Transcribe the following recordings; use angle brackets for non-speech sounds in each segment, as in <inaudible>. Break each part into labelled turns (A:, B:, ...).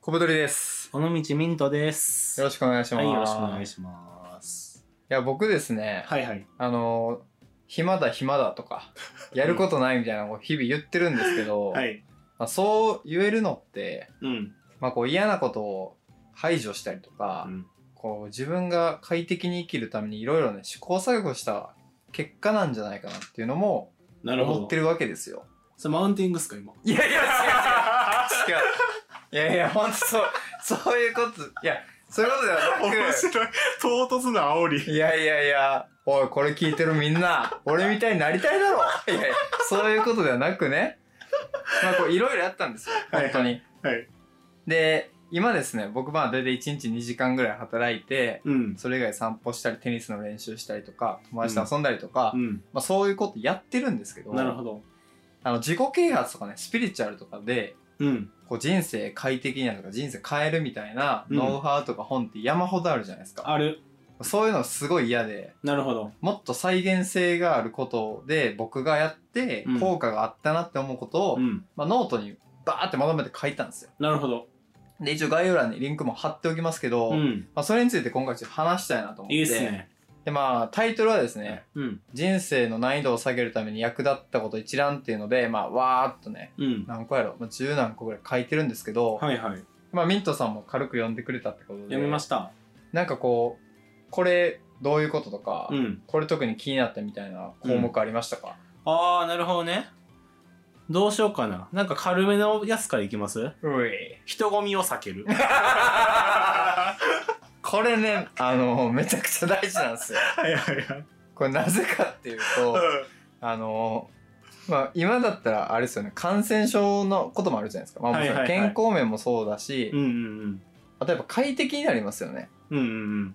A: 小太りです。
B: 尾道ミントです。
A: よろしくお願いしま
B: は
A: す。
B: い、よろしくお願い
A: い
B: します。
A: や、僕ですね、
B: はいはい。
A: あの、暇だ暇だとか、
B: <laughs>
A: やることないみたいなのを日々言ってるんですけど、
B: はい。
A: まあ、そう言えるのって、
B: うん。
A: まあ、こう嫌なことを排除したりとか、
B: うん
A: こう自分が快適に生きるためにいろいろね、試行錯誤した結果なんじゃないかなっていうのも
B: なるほど。
A: 思ってるわけですよ。
B: それマウンティングっす <laughs> か、今。
A: いやいや、違う違う。違う。いやいや、ほんとそう、そういうこと、いや、そういうことではなく、
B: 白い。唐突な煽り。
A: いやいやいや、おい、これ聞いてるみんな、俺みたいになりたいだろいやいや、そういうことではなくね。まあ、こう、いろいろあったんですよ、
B: はい
A: 本当に。
B: はい。
A: で、今ですね、僕、まあ、だいたい1日2時間ぐらい働いて、
B: うん。
A: それ以外散歩したり、テニスの練習したりとか、友達と遊んだりとか、
B: うん。
A: まあ、そういうことやってるんですけど、
B: なるほど。
A: あの、自己啓発とかね、スピリチュアルとかで、
B: うん。
A: こう、人生快適になるとか、人生変えるみたいな、
B: うん
A: ノウハウとか本って山ほどあるじゃないですか。
B: ある。
A: そういうのすごい嫌で、
B: なるほど。
A: もっと再現性があることで僕がやって
B: うん
A: 効果があったなって思うことを、
B: うん。
A: まあ、ノートにバーってまとめて書いたんですよ。
B: なるほど。
A: で、一応概要欄にリンクも貼っておきますけど、
B: う
A: ま
B: ん。
A: あ、それについて今回ちょっと話したいなと思って。
B: いいっすね。
A: で、まあ、タイトルはですね、
B: うん。
A: 人生の難易度を下げるために役立ったこと一覧っていうので、まあ、わーっとね、
B: うん。
A: 何個やろ、まあ、10何個ぐらい書いてるんですけど、
B: はいはい。
A: まあ、ミントさんも軽く読んでくれたってことで、
B: 読みました。
A: なんかこう、これどういうこととか、
B: うん。
A: これ特に気になったみたいな項目ありましたか、
B: あー、なるほどね。どうしようかな。なんか軽めのやつからいきます
A: うい。
B: 人混みを避け <laughs> る。
A: これね、あの、めちゃくちゃ大事なんですよ。
B: はいはいはい。
A: これなぜかっていう
B: <laughs>
A: と、あの、まあ、今だったらあれですよね、感染症のこともあるじゃないですか。まあ、もちろん
B: はいはいは
A: 健
B: い
A: 康面もそうだし、
B: うんうんうん。
A: あとやっぱ快適になりますよね。
B: うんうん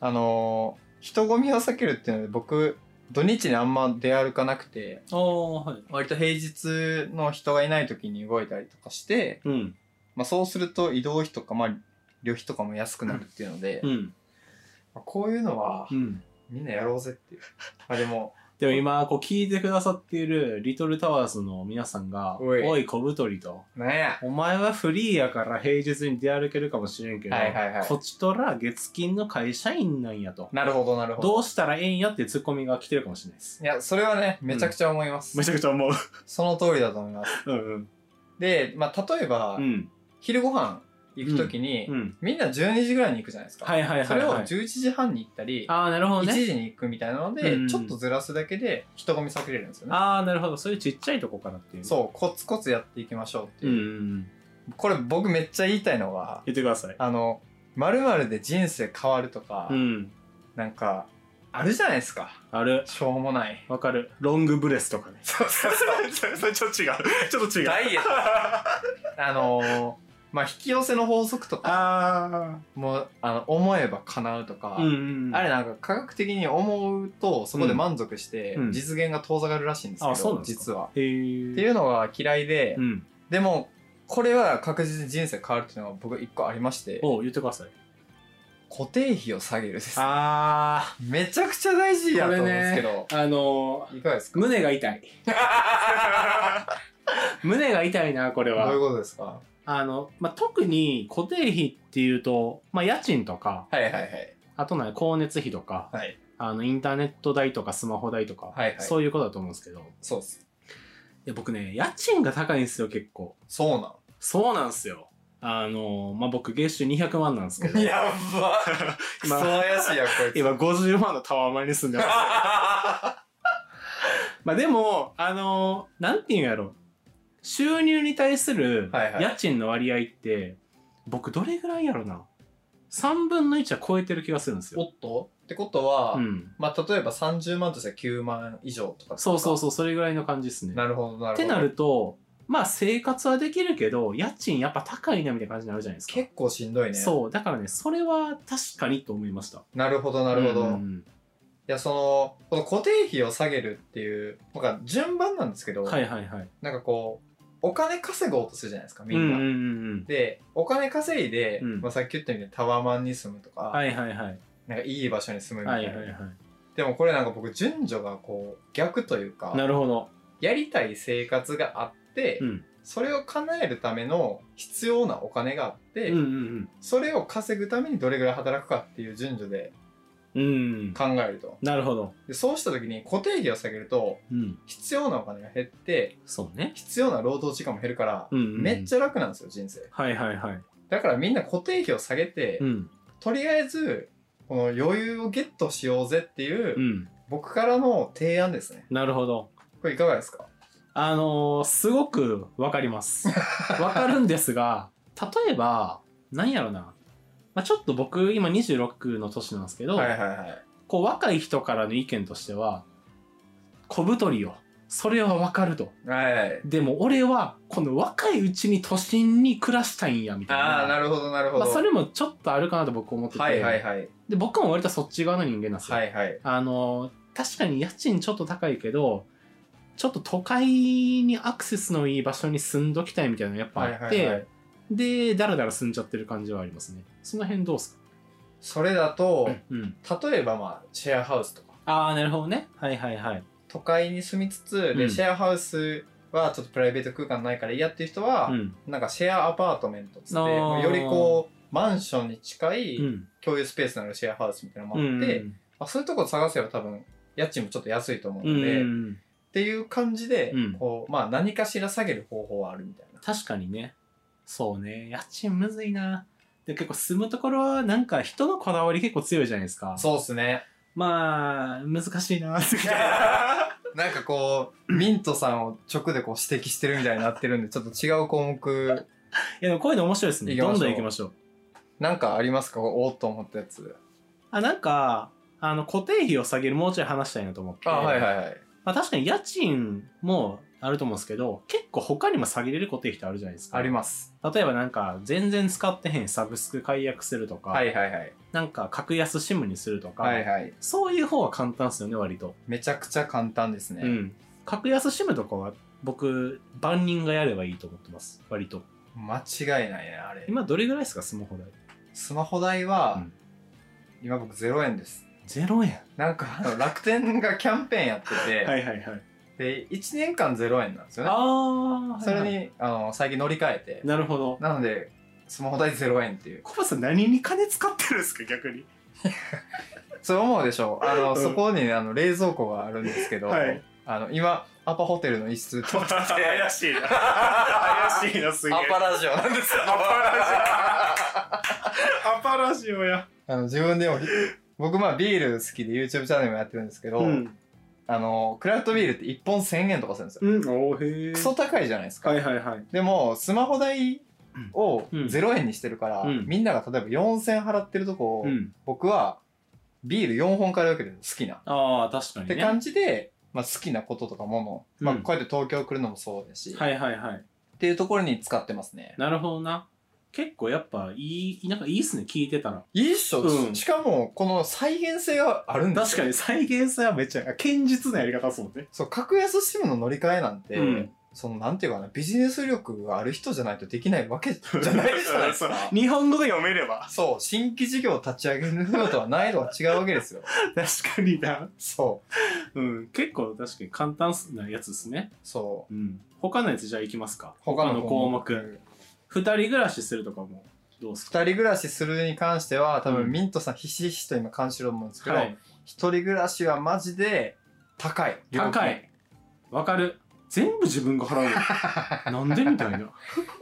A: あの、人混みを避けるっていうので、僕、土日にあんま出歩かなくて、
B: うん。おー、はい。
A: 割と平日の人がいない時に動いたりとかして、
B: うん。
A: まあ、そうすると移動費とか、まあ、旅費とかも安くなるっていうので、
B: うん。
A: まあこういうのは
B: うん。
A: みんなやろうぜっていう。まあでも、
B: でも今、こう聞いてくださっているリトルタワーズの皆さんが、
A: おい
B: おい小太りと、
A: なんや。
B: お前はフリーやから平日に出歩けるかもしれんけど、
A: はいはいはい
B: こっちとら月金の会社員なんやと。
A: なるほどなるほど。
B: どうしたらええんやっていうツッコミが来てるかもしれないです。
A: いや、それはね、めちゃくちゃ思います。
B: ちゃくちゃ思う。
A: その通りだと思います。
B: <laughs> うん
A: で、まあ例えば、
B: うん。うん。
A: 昼ご飯行くときに、
B: うん。
A: みんな12時ぐらいに行くじゃないですか。
B: はいはい
A: そ
B: はい、
A: れを
B: はい。
A: 11時半に行ったり、
B: ああ、なるほど
A: 1
B: ね。
A: 時に行くみたいなので、
B: うん
A: ちょっとずらすだけで人混み避けれるんですよね。
B: ああ、なるほど。そういうちっちゃいとこからっていう。
A: そう、コツコツやっていきましょうって
B: うんう
A: いう。
B: んうん。
A: これ僕めっちゃ言いたいのは、
B: 言ってください。
A: あの、〇〇で人生変わるとか、
B: うん。
A: なんか、あるじゃないですか。
B: ある。
A: しょうもない。。
B: わかる。ロングブレスとかね
A: そうそうそう。
B: それちょっと違う。ちょっと違
A: ダイエット。あのー、まあ、引き寄せの法則とか、
B: あ
A: もう、あの、思えば叶うとか、
B: あ。うんうん。
A: あれなんか科学的に思うと、そこで満足して
B: う、ん
A: 実現が遠ざかるらしいんですけど、
B: あそうなんですか
A: 実は。
B: へえ。
A: っていうのが嫌いで、
B: うん。
A: でも、これは確実に人生変わるっていうのが僕一個ありまして、
B: お言ってください。
A: 固定費を下げるです。
B: あ
A: めちゃくちゃ大事やと思うんですけど、
B: あの
A: いかがです
B: <laughs>
A: か
B: ー、胸が痛い。胸が痛いな、これ
A: どういう
B: は。
A: ことですか
B: あの、まあ、特に固定費っていうと、まあ、家賃とか、
A: はいはいはい。
B: あとね、光熱費とか、
A: はい。
B: あの、インターネット代とかスマホ代とか、
A: はいはい
B: そういうことだと思うんですけど、い
A: そうっす。
B: や、僕ね、家賃が高いんですよ、結構。
A: そうなん。
B: そうなんですよ。あのー、まあ、僕、月収200万なんですけ
A: <laughs>
B: ど、
A: やばク
B: <laughs> 今
A: ソ怪しいやんこいつ
B: 今50万のタワーマンに住ん
A: <laughs>
B: でます。まあでも、あのーなんていうんやろ。収入に対する
A: はいはい
B: 家賃の割合って、僕どれぐらいやろな。3分の1は超えてる気がするんです
A: <laughs>
B: よ。
A: おっとってことは、
B: うん。
A: まあ例えば30万としたら9万以上とか
B: そうそう
A: そ
B: そう、それぐらいの感じですね。
A: なるほどなるほど
B: ってなると、まあ生活はできるけど、家賃やっぱ高いなみたいな感じになるじゃないですか。
A: 結構しんどいね
B: そう、だからね、それは確かにと思いました。
A: なるほどなるほど、
B: うんう
A: い
B: ん
A: やそのこの固定費を下げるっていうなんか順番なんですけど、
B: うんはいはいはい。
A: なんかこうお金稼ごうとするじゃないですかみ
B: うんん
A: な、
B: うんうんうん。
A: でお金稼いで、
B: うん
A: まあ、さっき言ったようにタワーマンに住むとか、
B: はいはいはい。
A: なんかいい場所に住むみ
B: は
A: たい
B: い
A: な、
B: はいは
A: でもこれなんか僕順序がこう逆というか
B: い。なるほど。
A: やりたい生活があって、
B: うん
A: それを叶えるための必要なお金があって、
B: うんうん
A: それを稼ぐためにどれぐらい働くかっていう順序で
B: うんうん
A: 考えると
B: なるほど
A: でそうした時に固定費を下げると
B: うん
A: 必要なお金が減って
B: そうね
A: 必要な労働時間も減るから、
B: うんうんうん
A: めっちゃ楽なんですよ人生
B: はいはいはい
A: だからみんな固定費を下げて、
B: うん
A: とりあえずこの余裕をゲットしようぜっていう、
B: うん
A: 僕からの提案ですね
B: なるほど
A: これいかがですか
B: あのーすごくわかり
A: <laughs>
B: ます。わかるんですが、例えば、なんやろな。まあ、ちょっと僕、今26の年なんですけど、
A: はいはいはい
B: こう若い人からの意見としては、小太りよ。それはわかると。
A: はいはい
B: でも俺は、この若いうちに都心に暮らしたいんや、みたいな。
A: ああなるほどなるほ
B: ま
A: ど、
B: あ、それもちょっとあるかなと僕思ってて、
A: はいはいはい
B: で僕も割とそっち側の人間なんですよ。
A: はいはい
B: あの確かに家賃ちょっと高いけどちょっと都会にアクセスのいい場所に住んどきたいみたいなのやっぱ
A: は
B: あっ
A: い
B: て、
A: はいはい
B: でだらだら住んじゃってる感じはありますねその辺どうす
A: それだと
B: か、うん、
A: 例えばまあシェアハウスとか
B: ああなるほどねはいはいはい
A: 都会に住みつつ、
B: う
A: で
B: ん
A: シェアハウスはちょっとプライベート空間ないから嫌っていう人は、
B: うん
A: なんかシェアアパートメントっつって
B: あー
A: もうよりこうマンションに近
B: う
A: い
B: ん
A: 共有スペースのあるシェアハウスみたいなのも
B: う
A: あ
B: ん
A: って、あそういうとこ探せば多分家賃もちょっと安いと思う
B: う
A: ので、っ
B: ん
A: ていう感じで、
B: うん
A: こうまあ、何かしら下げる方法はあるみたいな。
B: 確かにねそうね家賃むずいなで結構住むところはなんか人のこだわり結構強いじゃないですか
A: そうっすね。
B: まあ難
A: <laughs>
B: しいなみたいな
A: なんかこう、ミントさんを直でこう指摘してるみたいになってるんで、ちょっと違う項目、
B: いやでもこういうの面白いですね
A: 行き
B: ど
A: ましょうん
B: どん行きましょう
A: なんかありますかおおっと思ったやつ。
B: あなんかあの固定費を下げるもうちょい話したいなと思って
A: いはい。
B: まあ、確かに家賃もあると思うんですけど結構他にも下げれる固定費ってあるじゃないですか
A: あります。
B: 例えばなんか全然使ってへんサブスク解約するとか、
A: はいはいはい。
B: なんか格安シムにするとか、
A: はいはい。
B: そういう方は簡単ですよね割と、
A: めちゃくちゃ簡単ですね。
B: うん格安シムとかは僕万人がやればいいと思ってます割と
A: 間違いないね、あれ。
B: 今どれぐらいですかスマホ代
A: スマホ代は、
B: うん
A: 今僕0円です。
B: 0円
A: なんかあの楽天がキャンペーンやってて、
B: はいはいはい
A: で、1年間0円なんですよね。
B: ああ
A: それに、あの最近乗り換えて
B: なるほど
A: なのでスマホ代0円っていう
B: コバさん何に金使ってるんですか逆に
A: そう思うでしょあの、
B: うん
A: そこにねあの冷蔵庫があるんですけど、
B: はい
A: あの今アパホテルの一室取ってて
B: 怪しいな怪しいなすげえ
A: アパラジオなんですよ
B: アパアパラジオや
A: あの自分でも僕まあビール好きで YouTube チャンネルもやってるんですけど、
B: うん、
A: あのクラフトビールって1本1000円とかするんですよ、
B: うん、おーへえ
A: クソ高いじゃないですか、
B: はいはいはい
A: でもスマホ代を
B: うん
A: 0円にしてるから、
B: うん
A: みんなが例えば4000払ってるとこを、
B: うん
A: 僕はビール4本買えるわけです好きな
B: ああ確か
A: っ
B: に
A: て
B: ね
A: 感じで、まあ、好きなこととかもの、
B: うん
A: まあ、こうやって東京来るのもそうだし、っ
B: はいはいはい
A: ていうところに使ってますね
B: なるほどな結構やっぱいいなんかいいっすね聞いてたら
A: いいっしょ、
B: うん
A: しかもこの再現性があるんです
B: 確かに再現性はめっちゃ堅実なやり方ですもんね
A: そう格安 SIM の乗り換えなんて、
B: うん
A: そのなんていうかなビジネス力がある人じゃないとできないわけじゃないじゃないです <laughs> か
B: 日本語が読めれば
A: そう新規事業を立ち上げるのとは難易度が違うわけですよ
B: 確かにな
A: そう
B: うん結構確かに簡単なやつですね
A: そう
B: うん他のやつじゃあいきますか
A: 他の項
B: 項
A: 目
B: 目二人暮らしするとかもどうすか
A: 二人暮らしするに関しては多
B: う
A: 分
B: ん
A: ミントさんひしひしと今感じてると思うんですけど、
B: はい
A: 一人暮らしはマジで高い料金
B: 高いわかる全部自分
A: <laughs>
B: が払うのなんでみたいな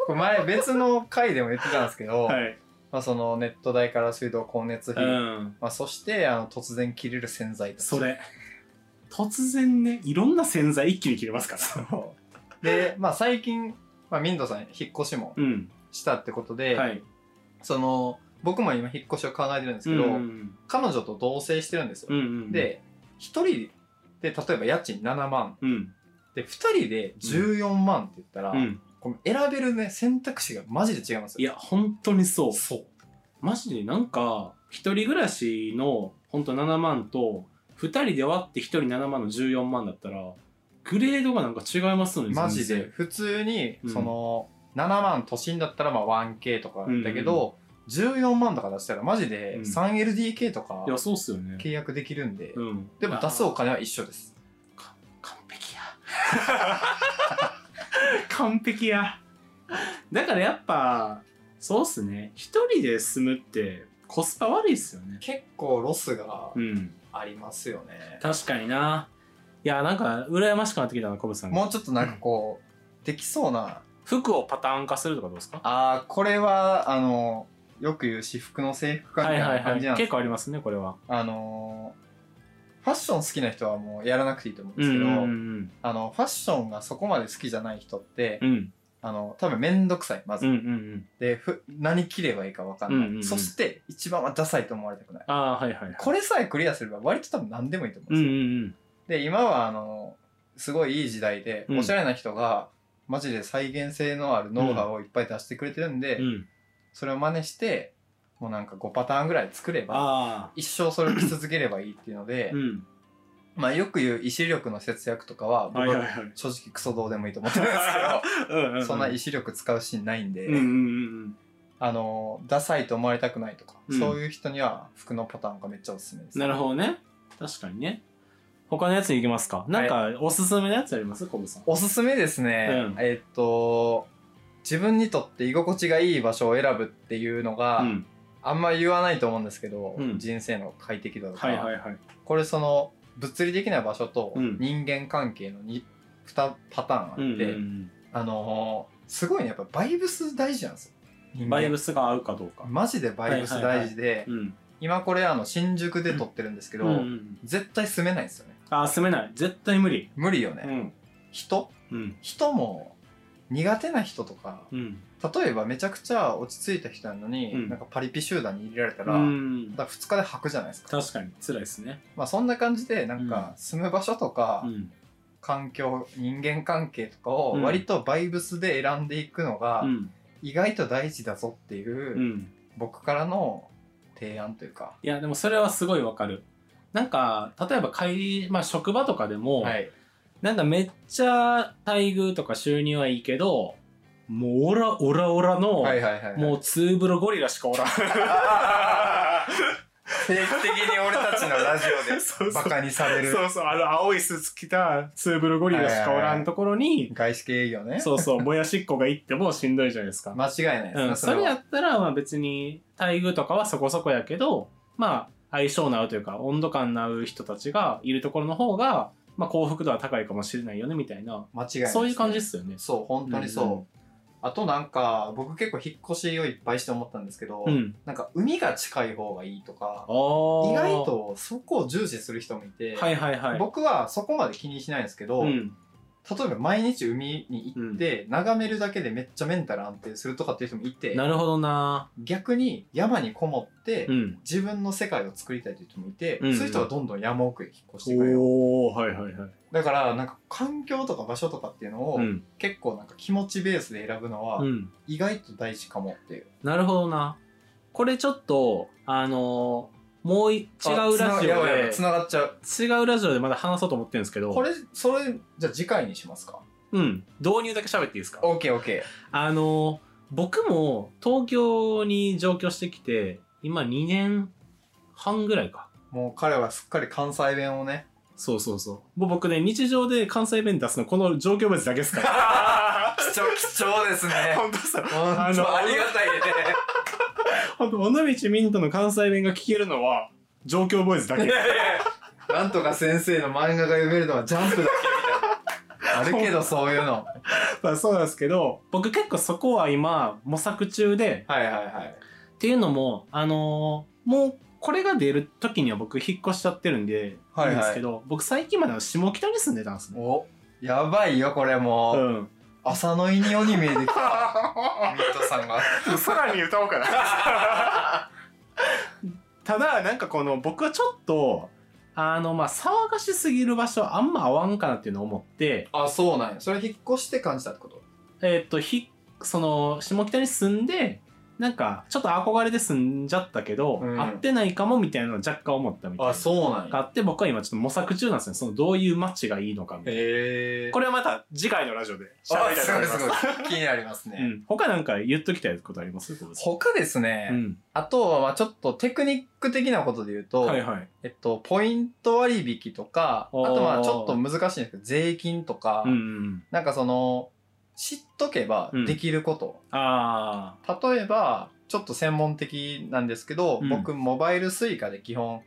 A: これ <laughs> 前別の回でも言ってたんですけど、
B: はい
A: まあ、そのネット代から水道光熱
B: う
A: 費、
B: ん
A: まあ、そしてあの突然切れる洗剤とか
B: それ突然ねいろんな洗剤一気に切れますから
A: そう <laughs> で、まあ、最近、まあ、ミントさん引っ越しも
B: うん
A: したってことで、
B: はい
A: その僕も今引っ越しを考えてるんですけど、
B: うん
A: 彼女と同棲してるんですよ、
B: うんうん
A: で一人で例えば家賃7万
B: うん
A: で二人で14万って言ったら、
B: うん
A: この選べるね選択肢がマジで違います
B: い
A: よ
B: や本当にそう
A: そう
B: マジでなんか一人暮らしのほんと7万と2人で割って1人7万の14万だったらグレードがなんか違いますのに
A: マジで普通に
B: うん
A: その7万都心だったらまあ 1K とかだけど、14万とか出したらマジで
B: うん
A: 3LDK とか
B: いやそうっすよね
A: 契約できるんで、
B: うん
A: でも出すお金は一緒です
B: 完璧や <laughs> 完璧や。だからやっぱ、そうっすね。一人で住むってコスパ悪いっすよね。
A: 結構ロスが
B: うん。
A: ありますよね、
B: 確かにな。いや、なんか、羨ましくなってきたな、コブさんが。
A: もうちょっとなんかこう、できそうな
B: 服をパターン化するとかどうですか
A: あーこれはあのよく言う私服の制服化みた
B: はい
A: い
B: は
A: な
B: いは
A: 感
B: い
A: じなん。です
B: 結
A: け
B: 構ありますね、これは。
A: どあのーファッション好きな人はもうやらなくていいと思うんですけど、
B: うん。
A: あのファッションがそこまで好きじゃない人って、
B: うん。
A: あの多分面倒くさいまず、
B: うんうん。
A: でふ何着ればいいか分かんない、
B: うんうんうん
A: そして一番はダサいと思われたくない
B: ああー、はいはいはい。
A: これさえクリアすれば割と多分何でもいいと思う
B: うんん
A: です
B: う
A: よ、
B: ん
A: で今はあのすごいいい時代で、
B: うん
A: おしゃれな人がマジで再現性のあるノウハウをいっぱい出してくれてるんで、
B: うん。うん。
A: それを真似してもうなんか5パターンぐらい作れば
B: あ
A: 一生それを着続ければいいっていうので
B: あ。、うん。
A: まあよく言う意志力の節約とかは僕
B: はいはい
A: は
B: はい。
A: 正直クソどうでもいいと思ってるんです
B: <laughs> うんう
A: け
B: ん。
A: どそんな意志力使うシーンないんで、
B: うんうんうん
A: あのダサいと思われたくないとか、
B: うん
A: そういう人には服のパターンがめっちゃおすすめで
B: う
A: す
B: ん。なるほどね。確かにね。他のやついきますか。なんか、おすすめのやつありますコブさん。
A: おすすめですね、
B: うん
A: えっと自分にとって居心地がいい場所を選ぶっていうのが、
B: うん。
A: あんま言わないと思うんですけど、
B: うん
A: 人生の快適度とか、
B: はいはいはい。
A: これその物理的な場所と
B: うん
A: 人間関係の 2, 2パターンあって、
B: うんうん
A: あのーすごいねやっぱバイブス大事なんですよ
B: う
A: 人
B: ん。
A: 間
B: バイブスが合うかどうか。
A: マジでバイブス大事で、
B: うん。
A: 今これあの新宿で撮ってるんですけど、
B: うんうん
A: 絶対住めないんですよね
B: ああ、住めない。絶対無理。
A: 無理よね、
B: うん。
A: 人
B: うん。
A: 人も苦手な人とか
B: うん。
A: 例えばめちゃくちゃ落ち着いた人なのに、
B: うん
A: なんかパリピ集団に入れられたら、
B: うん。
A: だ2日で吐くじゃないですか
B: 確かに、辛いですね。
A: まあそんな感じでなんか住む場所とか、
B: うん。
A: 環境人間関係とかを
B: うん
A: 割とバイブスで選んでいくのが
B: うん。
A: 意外と大事だぞって
B: う。
A: いうん僕からの提案というか、
B: いや、でもそれはすごいわかる。なんか、例えば帰り、まあ職場とかでも、
A: はい、
B: なんかめっちゃ待遇とか収入はいいけど、もうオラオラオラの、
A: はいはいはいはい
B: もうツーブロゴリラしかおらん。
A: <laughs> 定期的に俺たちのラジオで
B: <laughs> そう
A: バカにされる
B: そうそう、あの青いスーツ着たツーブロゴリラしかおらんところに、
A: 外資系営業ね
B: そうそう、もやしっこが行ってもしんどいじゃないですか。
A: 間違いないですね、
B: うん、それやったら、まあ別に待遇とかはそこそこやけど、まあ相性の合うというか、温度感の合う人たちがいるところの方が、まあ幸福度は高いかもしれないよね、みたいな。
A: 間違いない
B: そういう感じで
A: です
B: よね
A: ね。そう本当にそう、
B: うんうん
A: あとなんか僕結構引っ越しをいっぱいして思ったんですけど、
B: うん。
A: なんか海が近い方がいいとか
B: あー
A: 意外とそこを重視する人もいて、
B: はいはいはい。
A: 僕はそこまで気にしないんですけど、
B: うん、
A: 例えば毎日海に行って眺めるだけでめっちゃメンタル安定するとかっていう人もいて
B: なるほどな。
A: 逆に山にこもって
B: うん。
A: 自分の世界を作りたいという人もいて、
B: うんうん
A: そういう人はどんどん山奥へ引っ越してくれよ
B: おおはいはいはい。
A: だからなんか環境とか場所とかっていうのを
B: うん。
A: 結構なんか気持ちベースで選ぶのは
B: うん。
A: 意外と大事かもっていう、
B: なるほどな。これちょっと、あのーもうい違
A: あ
B: うラ
A: つ
B: ジオで、
A: ながやばいやばい繋がっちゃう
B: 違うラジオでまだ話そうと思ってるんですけど、
A: これそれじゃあ次回にしますか
B: うん。導入だけ喋っていいですか
A: OKOK
B: あのー僕も東京に上京してきて、今2年半ぐらいか。
A: もう彼はすっかり関西弁を <laughs> ね
B: そうそうそう。もう僕ね、日常で関西弁出すの、この状況別だけですから。
A: 貴重貴重ですね
B: 本当さ、
A: <laughs> 本当
B: あの
A: ありがたいね
B: 本当尾道ミントの関西弁が聞けるのは、状況ボーイズだけ。
A: <laughs> なんとか先生の漫画が読めるのはジャンプだけみたいなあるけどそういうの
B: まあそうなんですけど、僕結構そこは今模索中で、
A: はいはいはい
B: っていうのも、あのーもうこれが出る時には僕引っ越しちゃってるんで、
A: はいはい
B: んですけど、僕最近までは下北に住んでたんですね。
A: おやばいよこれもう、
B: うん。
A: 朝の犬に見えてきたミッドさんが
B: <laughs> さらに歌おうかな。 <laughs> ただ、なんかこの僕はちょっと、あの、まあ、騒がしすぎる場所あんま合わんかなっていうのを思って、
A: あそうなんやそれ引っ越して感じたってこと
B: えーっと、ひ、その、下北に住んで、なんか、ちょっと憧れで住んじゃったけど、
A: うん
B: 合ってないかもみたいなのを若干思ったみたいな。
A: そうなん
B: があって、僕は今ちょっと模索中なんですね。その、どういう街がいいのかみたいな。
A: へえ
B: これはまた次回のラジオで喋
A: あ
B: りたい
A: す
B: と
A: ご
B: 思
A: い
B: いますす。
A: ごい気になります
B: う
A: ね、
B: ん。他なんか言っときたいことあります小渕さん
A: 他ですね、
B: うん。
A: あとはまあちょっとテクニック的なことで言うと、
B: はいはい。
A: えっと、ポイント割引とかあ
B: あー
A: とまあちょっと難しいんですけど税金とか、
B: うんうん
A: なんかその知っとけば
B: うん
A: できること、
B: あ
A: 例えばちょっと専門的なんですけど、
B: うん
A: 僕モバイル Suica で基本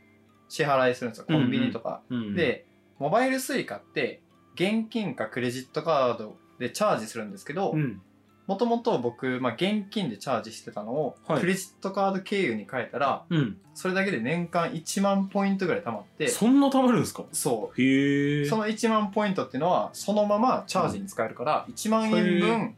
A: 支払いするんですよコンビニとか、
B: ー、うん、
A: でモバイル Suica って現金かクレジットカードでチャージするんですけど
B: うん、
A: もともと僕、まあ、現金でチャージしてたのを、
B: はい
A: クレジットカード経由に変えたら
B: うん、
A: それだけで年間1万ポイントぐらい貯まって
B: そんな貯まるんですか
A: そう
B: へえ
A: その1万ポイントっていうのはそのままチャージに使えるから1万円
B: へ
A: 分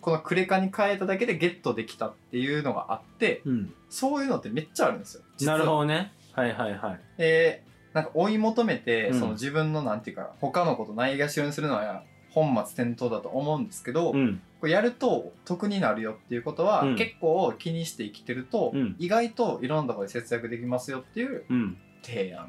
A: このクレカに変えただけでゲットできたっていうのがあって
B: うん、
A: そういうのってめっちゃあるんですよ。実は
B: なるほどねはいはいはい
A: でなんか追い求めて
B: うん
A: その自分のなんていうか他のことないがしろにするのは本末転倒だと思うんですけど
B: うん
A: これやると得になるよっていうことは
B: うん
A: 結構気にして生きてると
B: うん
A: 意外といろんなところで節約できますよっていう
B: うん
A: 提案。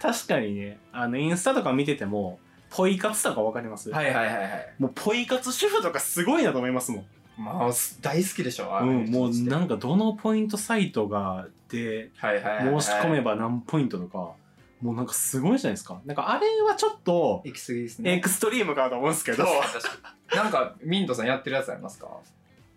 B: 確かにねあのインスタとか見ててもポイ活とかわかります、
A: はいはいはいはい。
B: もうポイ活主婦とかすごいなと思いますもん
A: まあ大好きでしょああい
B: うん、
A: 人
B: も
A: た
B: う
A: ちって
B: なんかどのポイントサイトがで
A: はいはいはいはい
B: 申し込めば何ポイントとかもうなんかすごいじゃないですかなんかあれはちょっと
A: 行き過ぎですね
B: エクストリームかなと思うんですけど
A: 確かに <laughs> なんかミントさんやってるやつありますか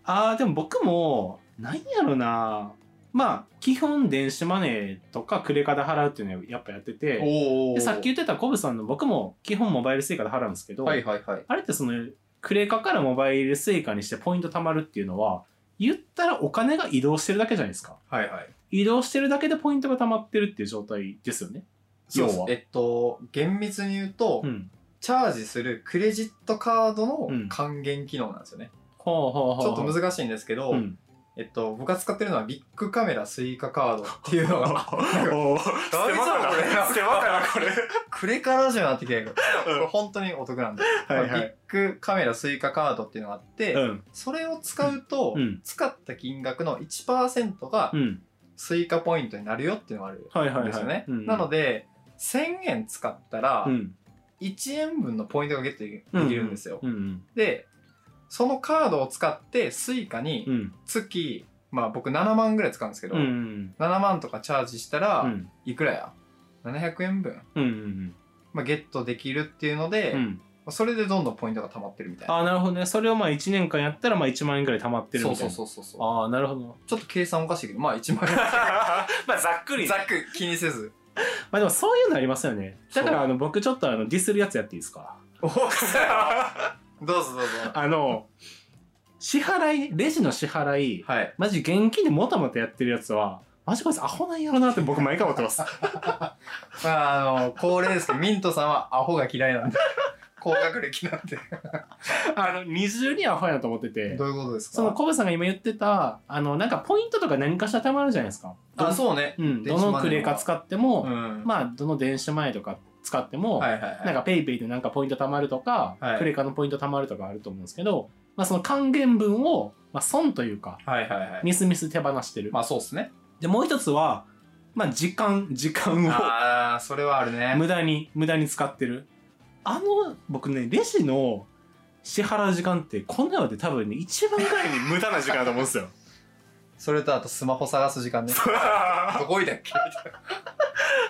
B: あーでも僕もなんやろなまあ基本電子マネーとかクレカで払うっていうのはやっぱやってて
A: お
B: でさっき言ってたコブさんの僕も基本モバイルスイカで払うんですけど、
A: はいはいはい
B: あれってそのクレカからモバイルスイカにしてポイント貯まるっていうのは言ったらお金が移動してるだけじゃないですか
A: はいはい
B: 移動してるだけでポイントが溜まってるっていう状態ですよね。
A: そう
B: 要は
A: えっと厳密に言うと、
B: うん。
A: チャージするクレジットカードの
B: うん
A: 還元機能なんですよね、
B: ほうほうほう。
A: ちょっと難しいんですけど、
B: うん。
A: えっと僕が使ってるのはビッグカメラスイカカードっていうの <laughs> が
B: おー
A: 大丈夫これ
B: 手間かな、これ。
A: クレカラジオになってきてこ
B: うん
A: れ本当にお得なんで、
B: はいは
A: ビッ
B: い。
A: グカメラスイカカードっていうのがあって、
B: うん。
A: それを使うと、
B: うん
A: 使った金額の1%が
B: うん。
A: スイカポイントになるよっていうのがある
B: はいはいはい。
A: ですよね。
B: うん
A: なので、1000円使ったら
B: う、ん。
A: 1円分のポイントがゲットできるんですよ。
B: うんうん。
A: で、そのカードを使って、スイカに
B: うん。
A: 月、まあ僕7万ぐらい使うんですけど、
B: うん。うん。
A: 7万とかチャージした
B: う
A: ら、
B: ん。
A: いくらや ?700 円分、
B: うんうん。
A: まあ、ゲットできるっていうので、
B: う
A: ま
B: ん。
A: あそれでどんどんポイントが溜まってるみたいな。
B: ああ、なるほどね。それをまあ1年間やったらまあ1万円くらい溜まってる
A: そ
B: み
A: う
B: たい
A: そ
B: な。
A: うそう
B: そう
A: うそう。
B: ああ、なるほど。
A: ちょっと計算おかしいけど、まあ1万
B: <laughs>
A: 円。
B: まあざっく
A: ざっくり気にせ
B: <laughs>
A: ず。
B: まあでもそういうのありますよね。だか
A: そ
B: ら
A: う
B: あの僕ちょっとあのディスるやつやっていいですか
A: <laughs> どうぞどうぞ。
B: あの、支払い、レジの支払い、
A: はい。
B: マジ現金でもたもたやってるやつは、マジこいつアホなんやろなって僕毎回思ってます。
A: まあ、あの、恒例ですけど、ミントさんはアホが嫌い
B: <laughs>
A: なんで、高学歴なんで。
B: あの、二重にアホやと思ってて
A: ど。ういうことですか
B: そのコブさんが今言ってた、あの、なんかポイントとか何かしら貯まるじゃないですか。
A: あ、
B: う。
A: そうね。
B: うん、
A: 電
B: ど
A: 子マネー
B: のクレカ使っても、
A: ん
B: まあ、どの電子マネーとか使っても、
A: はいはいはい。
B: なんかペイペイでなんかポイント貯まるとか、
A: はい
B: クレカのポイント貯まるとかあると思うんですけど、まあその還元分を、まあ損というか、
A: はいはいはい。
B: みすみす手放してる。
A: まあ、そうっすね。
B: で、もう一つは、まあ時間、時間を。
A: ああ、それはあるね。
B: 無駄に無駄に使ってるあの僕ねレジの支払う時間ってこの世で多分ね一番ぐらいに無駄な時間だと思う
A: <laughs>
B: んですよ
A: それとあとスマホ探す時間ね。どこいだっけ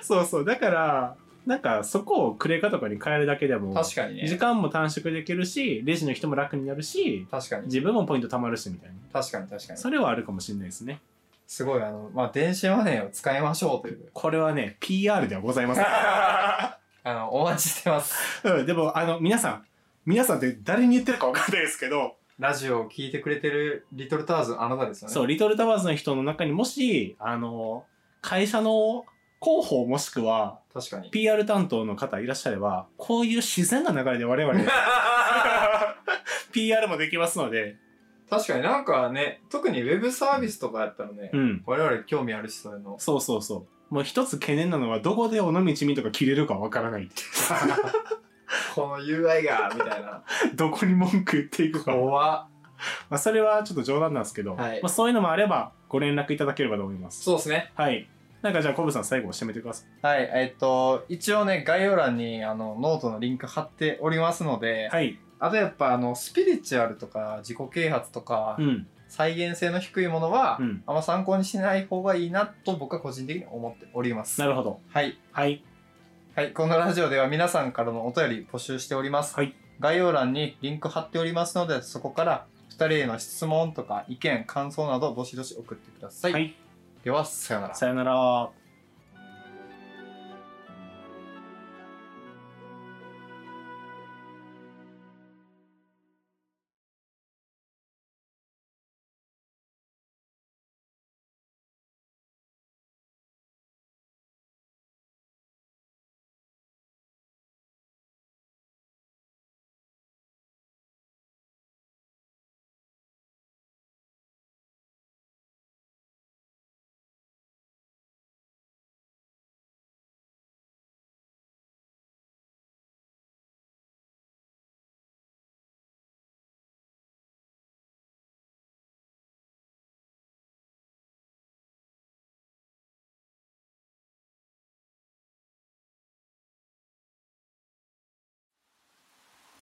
B: そうそうだからなんかそこをクレカとかに変えるだけでも
A: 確かに
B: 時
A: ね。
B: 間も短縮できるしレジの人も楽になるし
A: 確かに。
B: 自分もポイント貯まるしみたいな
A: 確かに確かに。
B: それはあるかもしれないですね
A: すごい、あの、まあ、電子マネーを使いましょうと <laughs> いう。
B: これはね PR ではございま
A: <laughs>
B: せん
A: あの、お待ちしてます。
B: うんでもあの皆さん皆さんって誰に言ってるか分かんないですけど
A: ラジオを聞いてくれてるリトルターズあなたですよね。
B: そう、リトルタワーズの人の中にもし、あの、会社の広報もしくは、
A: 確 <laughs> かに。
B: PR 担当の方いらっしゃれば、こういう自然な流れで我々、PR もできますので、
A: 確かになんかね、特にウェブサービスとかやったらね、
B: うん。
A: 我々興味あるし、そういうの。 <laughs>
B: そうそうそう。もう一つ懸念なのは、どこで尾道みとか切れるかわからないって。 <laughs>
A: この UI が、みたいな。
B: どこに文句言っていくか。ま
A: 怖っ
B: あ、それはちょっと冗談なんですけど、
A: はい
B: まあ、そういうのもあれば、ご連絡いただければと思います。
A: そうですね。
B: はい。なんかじゃあ、コブさん最後締めてください。
A: はい、えっと、一応ね、概要欄にあのノートのリンク貼っておりますので、
B: はい。
A: あとやっぱあの、スピリチュアルとか、自己啓発とか、
B: うん。
A: 再現性の低いものは、
B: うん。
A: あんま参考にしない方がいいなと僕は個人的に思っております。
B: なるほど。
A: はい。
B: はい。
A: はい、このラジオでは皆さんからのお便り募集しております。
B: はい
A: 概要欄にリンク貼っておりますので、そこから2人への質問とか意見、感想などどしどし送ってください。
B: はい。
A: では、さようなら。
B: さよなら。